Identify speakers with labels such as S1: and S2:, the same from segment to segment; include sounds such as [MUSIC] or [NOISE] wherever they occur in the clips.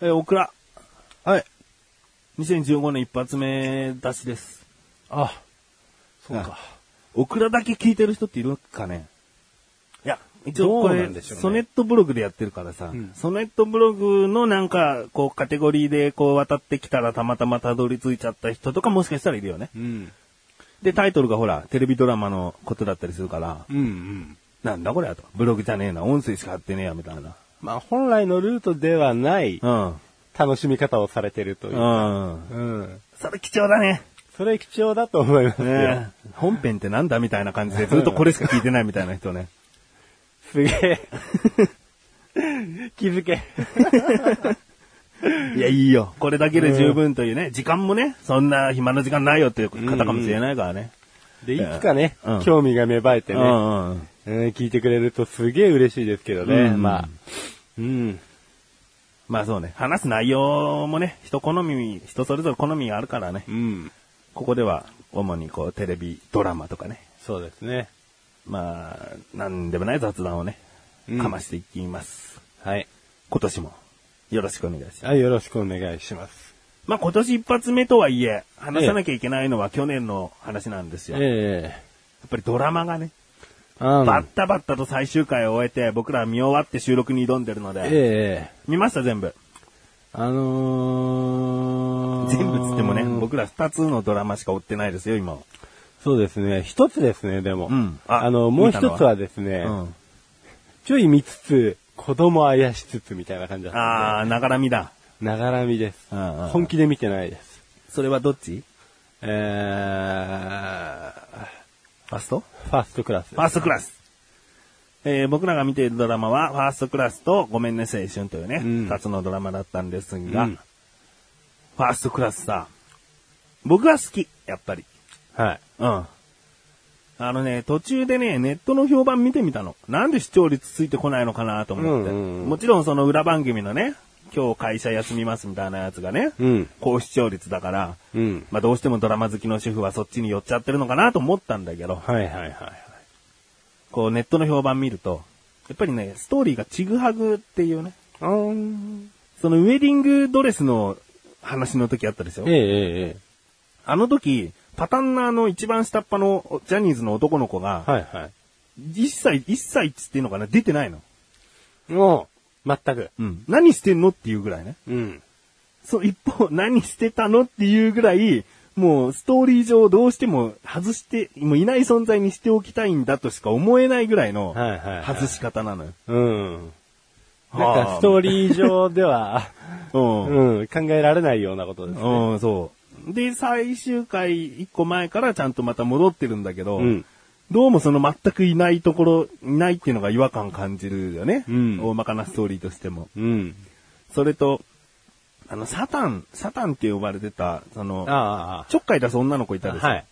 S1: えー、オクラ。
S2: はい。
S1: 2015年一発目出しです。
S2: あ、そう
S1: あ
S2: か。
S1: オクラだけ聞いてる人っているかねいや、一応こ
S2: どう
S1: れ、
S2: なんでしょうね
S1: ソネットブログでやってるからさ、
S2: ん
S1: ソネットブログのなんか、こう、カテゴリーでこう渡ってきたらたまたまたどり着いちゃった人とかもしかしたらいるよね。
S2: うん。
S1: で、タイトルがほら、テレビドラマのことだったりするから、
S2: うんうん。
S1: なんだこれやと。ブログじゃねえな、音声しか貼ってねえや、みたいな。
S2: まあ本来のルートではない
S1: うん。
S2: 楽しみ方をされてるという。
S1: うん。
S2: うん。
S1: それ貴重だね。
S2: それ貴重だと思いますよ。
S1: ねえ本編ってなんだみたいな感じでずっとこれしか聞いてないみたいな人ね。
S2: すげえ。 [LAUGHS] 気づけ。
S1: [LAUGHS] いや、いいよ。これだけで十分というね、時間もね、そんな暇な時間ないよっていう方かもしれないからね。
S2: で、いつかね
S1: うん、
S2: 興味が芽生えて
S1: う
S2: ね、
S1: んうん。
S2: うん聞いてくれるとすげえ嬉しいですけどね。
S1: うん
S2: まあ。うん。
S1: まあそうね、話す内容もね、人好み、人それぞれ好みがあるからね
S2: う。ん。
S1: ここでは、主にこう、テレビ、ドラマとかね。
S2: そうですね。
S1: まあ、なんでもない雑談をね、
S2: うん
S1: かましていきます。
S2: はい。
S1: 今年も、よろしくお願いします。
S2: はい、よろしくお願いします。
S1: まあ今年一発目とはいえ、話さなきゃいけないのは去年の話なんですよ。やっ
S2: え
S1: ぱりドラマがね、
S2: えうん
S1: バッタバッタと最終回を終えて、僕ら見終わって収録に挑んでるので、
S2: ええ
S1: 見ました全部。
S2: あのー、
S1: 全部つってもね、僕ら二つのドラマしか追ってないですよ、今は。
S2: そうですね。一つですね、でも。
S1: うんあ
S2: あの、もう
S1: 見たの
S2: 一
S1: は
S2: つはですね、
S1: うん。
S2: ちょい見つつ、子供あやしつつみたいな感じだった
S1: あ
S2: ん
S1: ー、ながらみだ。
S2: で。ながら見です。
S1: うんうん
S2: 本気で見てないです。
S1: それはどっち
S2: えー、
S1: ファースト
S2: ファーストクラスです
S1: ファーストクラス。えー僕らが見ているドラマは、ファーストクラスとごめんね青春というね、
S2: うん
S1: 二つのドラマだったんですが、
S2: うん
S1: ファーストクラスさ、僕は好き、やっぱり。
S2: はい。
S1: うん。あのね、途中でね、ネットの評判見てみたの。なんで視聴率ついてこないのかなと思って。
S2: うんうんうん
S1: もちろんその裏番組のね、今日会社休みますみたいなやつがね、
S2: うん
S1: 高視聴率だから、
S2: うん。
S1: まあどうしてもドラマ好きの主婦はそっちに寄っちゃってるのかなと思ったんだけど、
S2: はいはいはい。
S1: こうネットの評判見ると、やっぱりね、ストーリーがちぐはぐっていうね、
S2: うん。
S1: そのウェディングドレスの話の時あったでしょ
S2: えええええ
S1: あの時、パタンナーの一番下っ端のジャニーズの男の子が、
S2: えはいはい。
S1: 一切、一切っつってんのかな出てないの。
S2: もう、全く。
S1: うん。何してんのっていうぐらいね。
S2: うん。
S1: そう、一方、何してたのっていうぐらい、もう、ストーリー上どうしても外して、もういない存在にしておきたいんだとしか思えないぐらいの、
S2: はいはいはい
S1: 外し方なのよ。
S2: うん。なんかストー
S1: リ
S2: リー上では、
S1: ー。うん。
S2: [LAUGHS] うん、考えられないようなことですね。
S1: うん、そう。で、最終回一個前からちゃんとまた戻ってるんだけど、
S2: うん
S1: どうもその全くいないところ、いないっていうのが違和感感じるよね。
S2: うん
S1: 大まかなストーリーとしても。
S2: うん。
S1: それと、あの、サタン、サタンって呼ばれてた、その、
S2: あ
S1: ちょっかい出す女の子いたでしょ。
S2: はい。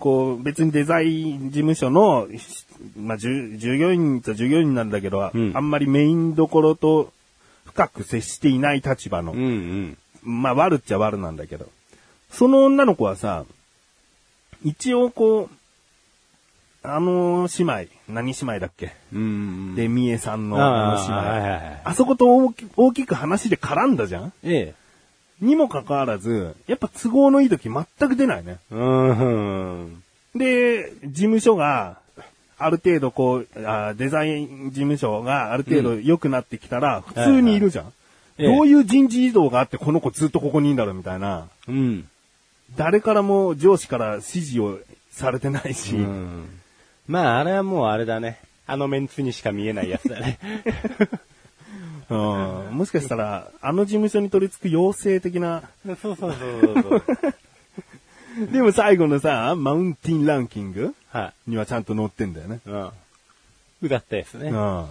S1: こう、別にデザイン事務所の、しまあ、従従業員っちゃ従業員なんだけど、
S2: うん
S1: あんまりメインどころと深く接していない立場の、
S2: うんうん。
S1: まあ、悪っちゃ悪なんだけど、その女の子はさ、一応こう、あの姉妹、何姉妹だっけ、
S2: うん
S1: で、みえさんのあの
S2: あー
S1: 姉妹。
S2: はいはいはい
S1: あそこと大き大きく話で絡んだじゃん
S2: ええ。
S1: にもかかわらず、やっぱ都合のいい時全く出ないね。
S2: うん。
S1: で、事務所が、ある程度こうあ、デザイン事務所がある程度良くなってきたら、普通にいるじゃん。
S2: いはいええ
S1: どういう人事異動があってこの子ずっとここにいんだろうみたいな。
S2: うん。
S1: 誰からも上司から指示をされてないし、
S2: うん。まあ、あれはもうあれだね。あのメンツにしか見えないやつだね。
S1: うんもしかしたら、あの事務所に取り付く妖精的な、
S2: [LAUGHS] そうそうそうそうそう。
S1: でも最後のさ、マウンティンランキング
S2: は
S1: にはちゃんと載ってんだよね。
S2: い。うん。うだったですね。
S1: [LAUGHS] あ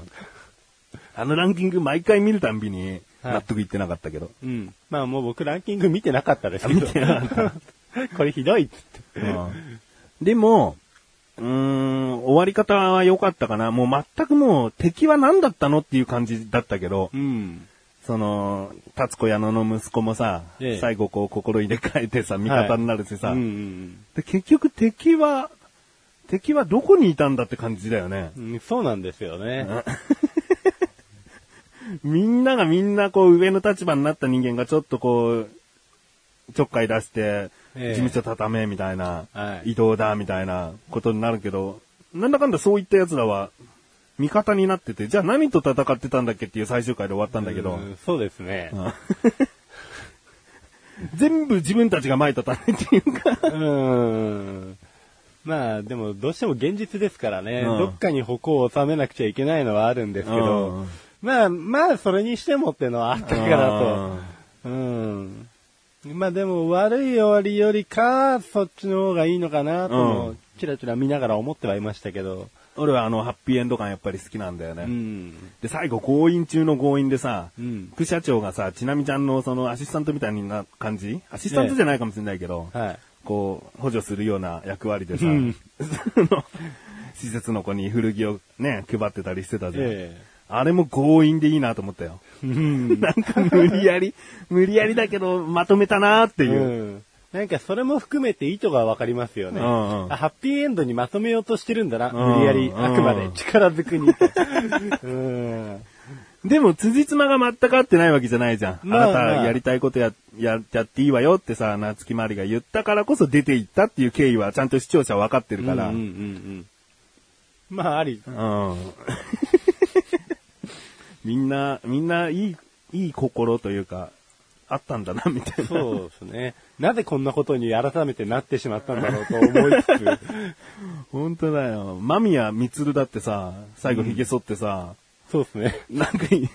S1: のランキング毎回見るたんびに納得いってなかったけど。
S2: うん。まあもう僕ランキング見てなかったですけ
S1: 見
S2: ど。
S1: てなか
S2: これひどいっつって。
S1: うんでも、うーん、終わり方は良かったかな。もう全くもう敵は何だったのっていう感じだったけど、
S2: うん。
S1: その、達子矢野の息子もさ、
S2: ええ
S1: 最後こう心入れ替えてさ、味方になるしさ、
S2: うんうん
S1: で結局敵は、敵はどこにいたんだって感じだよね。
S2: うん。そうなんですよね。
S1: みんながみんなこう上の立場になった人間がちょっとこう、ちょっかい出して、
S2: ええ
S1: 事務所畳めみたいな、
S2: はい
S1: 移動だみたいなことになるけど、なんだかんだそういった奴らは味方になってて、じゃあ何と戦ってたんだっけっていう最終回で終わったんだけど
S2: う、んそうですね。
S1: [LAUGHS] 全部自分たちが前立たないっていうか、
S2: うーん。まあでもどうしても現実ですからね、
S1: うん
S2: どっかに矛を収めなくちゃいけないのはあるんですけど、
S1: うん
S2: まあまあそれにしてもってのはあったからと。うん。まあでも悪い終わりよりか、そっちの方がいいのかなと
S1: う
S2: も
S1: ん、
S2: チラチラ見ながら思ってはいましたけど、
S1: 俺はあの、ハッピーエンド感やっぱり好きなんだよね。
S2: うん。
S1: で、最後、強引中の強引でさ、
S2: うん
S1: 副社長がさ、ちなみちゃんのそのアシスタントみたいな感じアシスタントじゃないかもしれないけど、
S2: はい。
S1: こう、補助するような役割でさ、
S2: うん
S1: その、施設の子に古着をね、配ってたりしてたじゃん。
S2: え
S1: あれも強引でいいなと思ったよ。
S2: え。うん。
S1: [LAUGHS] なんか無理やり、無理やりだけど、まとめたなーっていう。
S2: うんなんかそれも含めて意図がわかりますよね。
S1: うんうん
S2: あハッピーエンドにまとめようとしてるんだな。
S1: うん
S2: 無理やり、あくま
S1: う
S2: で
S1: ん
S2: 力づくにと。うん。
S1: でも、辻褄が全く合ってないわけじゃないじゃん。
S2: まあまあ
S1: あなたやりたいことや、や、やっていいわよってさ、夏木まりが言ったからこそ出ていったっていう経緯はちゃんと視聴者は分かってるから。
S2: うんうんうんうん。まあ、あり。
S1: うん。 [LAUGHS] みんな、みんないい、いい心というか、あったんだな、みたいな。
S2: そうですね。なぜこんなことに改めてなってしまったんだろうと思いつつ。
S1: 本当だよ。間宮光だってさ、最後髭剃ってさ、
S2: そうですね。
S1: なんかい、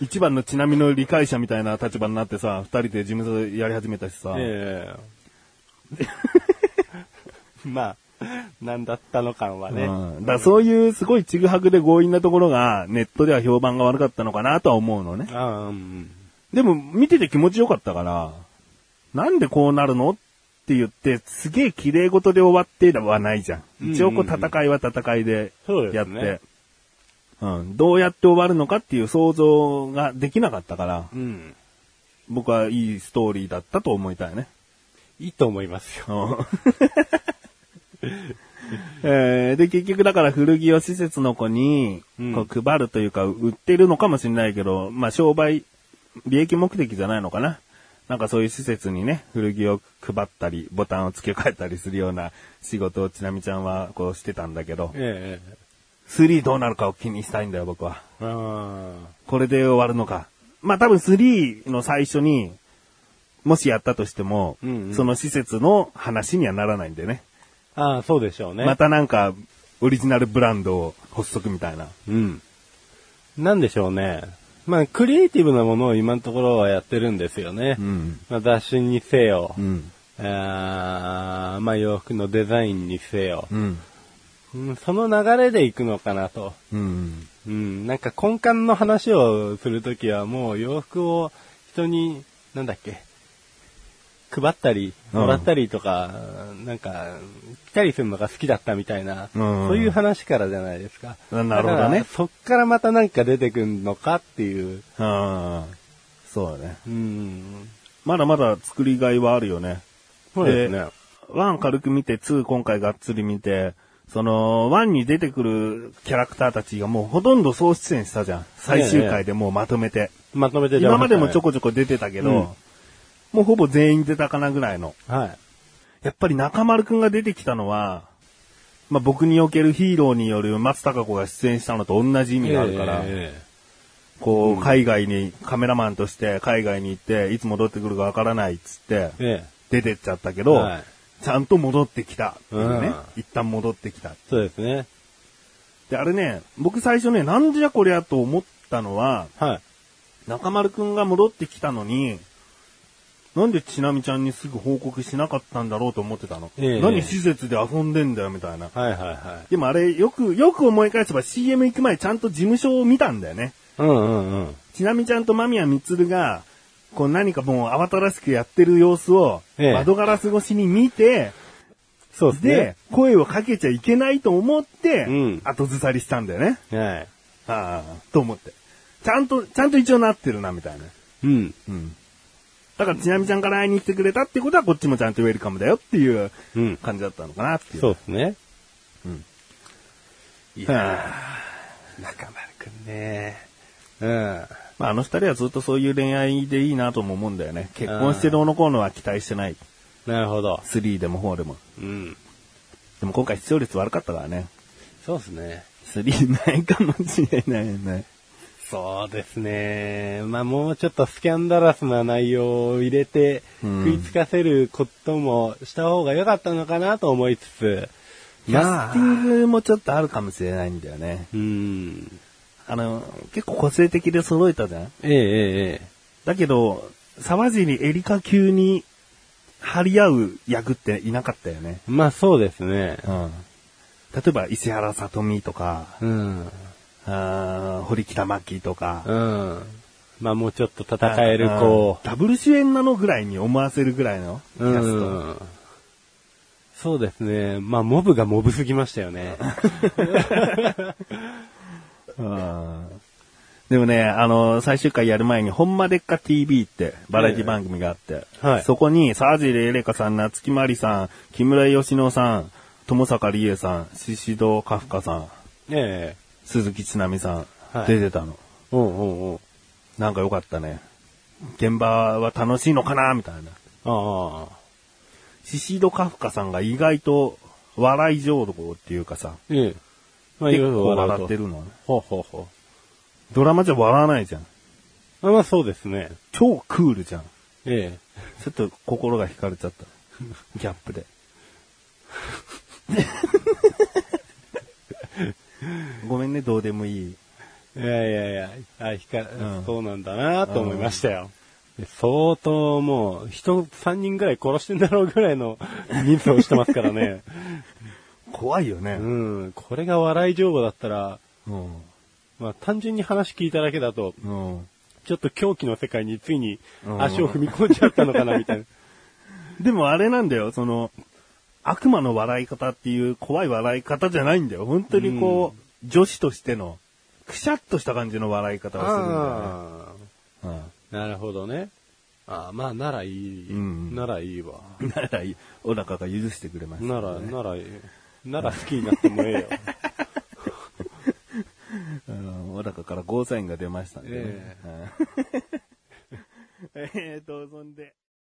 S1: 一番のちなみの理解者みたいな立場になってさ、二人で事務所やり始めたしさ、
S2: ええ [LAUGHS] まあ、なんだったの感はね。
S1: うんだからそういうすごいちぐはぐで強引なところがネットでは評判が悪かったのかなとは思うのね。
S2: あうん。
S1: でも見てて気持ちよかったから、なんでこうなるのって言って、すげえ綺麗事で終わってではないじゃん。一応こう
S2: うんうんうん
S1: 戦いは戦いで
S2: そうで
S1: やっ
S2: す
S1: て、
S2: ね
S1: うん、どうやって終わるのかっていう想像ができなかったから、
S2: うん。
S1: 僕はいいストーリーだったと思いたいね。
S2: いいと思いますよ。
S1: えーで、結局だから古着を施設の子に
S2: うん
S1: こう配るというか、売ってるのかもしれないけど、まあ商売、利益目的じゃないのかな。なんかそういう施設にね、古着を配ったり、ボタンを付け替えたりするような仕事をちなみちゃんはこうしてたんだけど、
S2: ええ
S1: 3どうなるかを気にしたいんだよ、僕は。
S2: あ
S1: これで終わるのか。まあ多分3の最初に、もしやったとしても、
S2: うんうん
S1: その施設の話にはならないんだよね。
S2: あー、そうでしょうね。
S1: またなんか、オリジナルブランドを発足みたいな。
S2: うん。なんでしょうね。まあ、クリエイティブなものを今のところはやってるんですよね。
S1: ん。
S2: まあ、雑誌にせよ、
S1: うん。
S2: あーまあ、洋服のデザインにせよ、
S1: うん。
S2: うんその流れで行くのかなと。
S1: うん。
S2: うん、なんか根幹の話をするときはもう洋服を人に、なんだっけ、配ったり、
S1: うん
S2: もらったりとか、なんか、来たりするのが好きだったみたいな、
S1: うん
S2: そういう話からじゃないですか。
S1: ななるほどね
S2: だからそっからまたなんか出てくるのかっていう、
S1: ああ。そうだね。
S2: うん、
S1: まだまだ作りがいはあるよね。
S2: そうですね。
S1: 1軽く見て、2今回がっつり見て、その、1に出てくるキャラクターたちがもうほとんど総出演したじゃん。最終回でもうまとめて。
S2: まとめて
S1: 今までもちょ
S2: こ、
S1: こちょこ出てたけど、
S2: うん
S1: もうほぼ全員出たかなぐらいの。
S2: はい。
S1: やっぱり中丸くんが出てきたのは、まあ、僕におけるヒーローによる松たか子が出演したのと同じ意味があるから、
S2: え
S1: こう、海外に、カメラマンとして海外に行って、いつ戻ってくるかわからないっつって、
S2: えええ
S1: 出てっちゃったけど、
S2: はい
S1: ちゃんと戻ってきたっていうね、
S2: うん
S1: 一旦戻ってきた。
S2: そうですね。
S1: で、あれね、僕最初ね、なんじゃこりゃと思ったのは、
S2: はい。
S1: 中丸くんが戻ってきたのに、なんでちなみちゃんにすぐ報告しなかったんだろうと思ってたの。
S2: ええ
S1: 何施設で遊んでんだよみたいな。
S2: はいはいはい。
S1: でもあれ、よく、よく思い返せば CM 行く前ちゃんと事務所を見たんだよね。
S2: うんうんうん。
S1: ちなみちゃんと間宮光が、こう何かもう慌ただしくやってる様子を、
S2: ええ
S1: 窓ガラス越しに見て、
S2: そうです
S1: で、
S2: ね。
S1: 声をかけちゃいけないと思って、
S2: うん
S1: 後ずさりしたんだよね。
S2: はい。
S1: ああ、と思って。ちゃんと、ちゃんと一応なってるな、みたいな。
S2: うん。
S1: うん。だから、ちなみちゃんから会いに来てくれたってことは、こっちもちゃんとウェルカムだよっていう
S2: うん。
S1: 感じだったのかなっていう。
S2: そうですね。
S1: いや
S2: 中丸くんね。うん。
S1: まあ、あの二人はずっとそういう恋愛でいいなとも思うんだよね。結婚してどうのこうのは期待してない。
S2: なるほど。
S1: 3でも4でも。
S2: うん。
S1: でも今回視聴率悪かったからね。
S2: そうですね。
S1: 3ないかもしれないね。
S2: そうですね。まあもうちょっとスキャンダラスな内容を入れて、
S1: うん
S2: 食いつかせることもした方が良かったのかなと思いつつ、
S1: キャスティングもちょっとあるかもしれないんだよね。
S2: うん。
S1: あの、結構個性的で揃えたじゃん
S2: えええええ
S1: だけど、沢尻エリカ級に張り合う役っていなかったよね。
S2: え。まあそうですね。
S1: うん。例えば、石原さとみとか、
S2: うん。
S1: あー堀北真希とか
S2: う、ん。まあもうちょっと戦える子
S1: うん。ダブル主演なのぐらいに思わせるぐらいのキ
S2: う
S1: ャスト。
S2: ん。そうですね。まあモブがモブすぎましたよ [LAUGHS] ね。
S1: うんでもね、あの、最終回やる前に、ほんまでっか TV ってバラエティ番組があって、
S2: はい
S1: そこに、沢尻エレカさん、夏木マリさん、木村義乃さん、友坂理恵さん、宍戸カフカさん、
S2: ええ。
S1: 鈴木ちなみさん、
S2: はい
S1: 出てたの。
S2: うんうんうん。
S1: なんか良かったね。現場は楽しいのかなみたいな。
S2: ああ。
S1: 宍戸カフカさんが意外と、笑い上手っていうかさ、
S2: ええ。まあい
S1: 結
S2: ろいろ
S1: 構
S2: 笑う
S1: 笑
S2: と
S1: ってるのね。
S2: ほうほうほ
S1: ドラマじゃ笑わないじゃん。
S2: う。あまあそうですね。
S1: 超クールじゃん。
S2: ええ。
S1: ちょっと心が惹かれちゃった。ギャップ
S2: [LAUGHS]
S1: で。ごめんね、どうでもいい。
S2: いやいやいや、あひか
S1: うん
S2: そうなんだなと思いましたよ。で相当もう、人3人ぐらい殺してんだろうぐらいの人数をしてますから [LAUGHS] ね。
S1: 怖いよ
S2: う
S1: ね。
S2: ん、これが笑い情報だったら、
S1: うん。
S2: まあ単純に話聞いただけだと、
S1: うん。
S2: ちょっと狂気の世界についに
S1: うん
S2: 足を踏み込んじゃったのかなみたいな。
S1: でもあれなんだよ、その、悪魔の笑い方っていう怖い笑い方じゃないんだよ。本当にこう、女子としての、くしゃっとした感じの笑い方をするんだ
S2: あ
S1: よね。
S2: ーなるほどね。あーまあならいい、
S1: うん
S2: ならいいわ。
S1: うん。 [LAUGHS] なら、お腹が許してくれます、
S2: なら、ならいい、なら好きになってもええよ。
S1: うん、お腹からゴーサインが出ましたんでね。
S2: え
S1: うん [LAUGHS] えーと、そんで。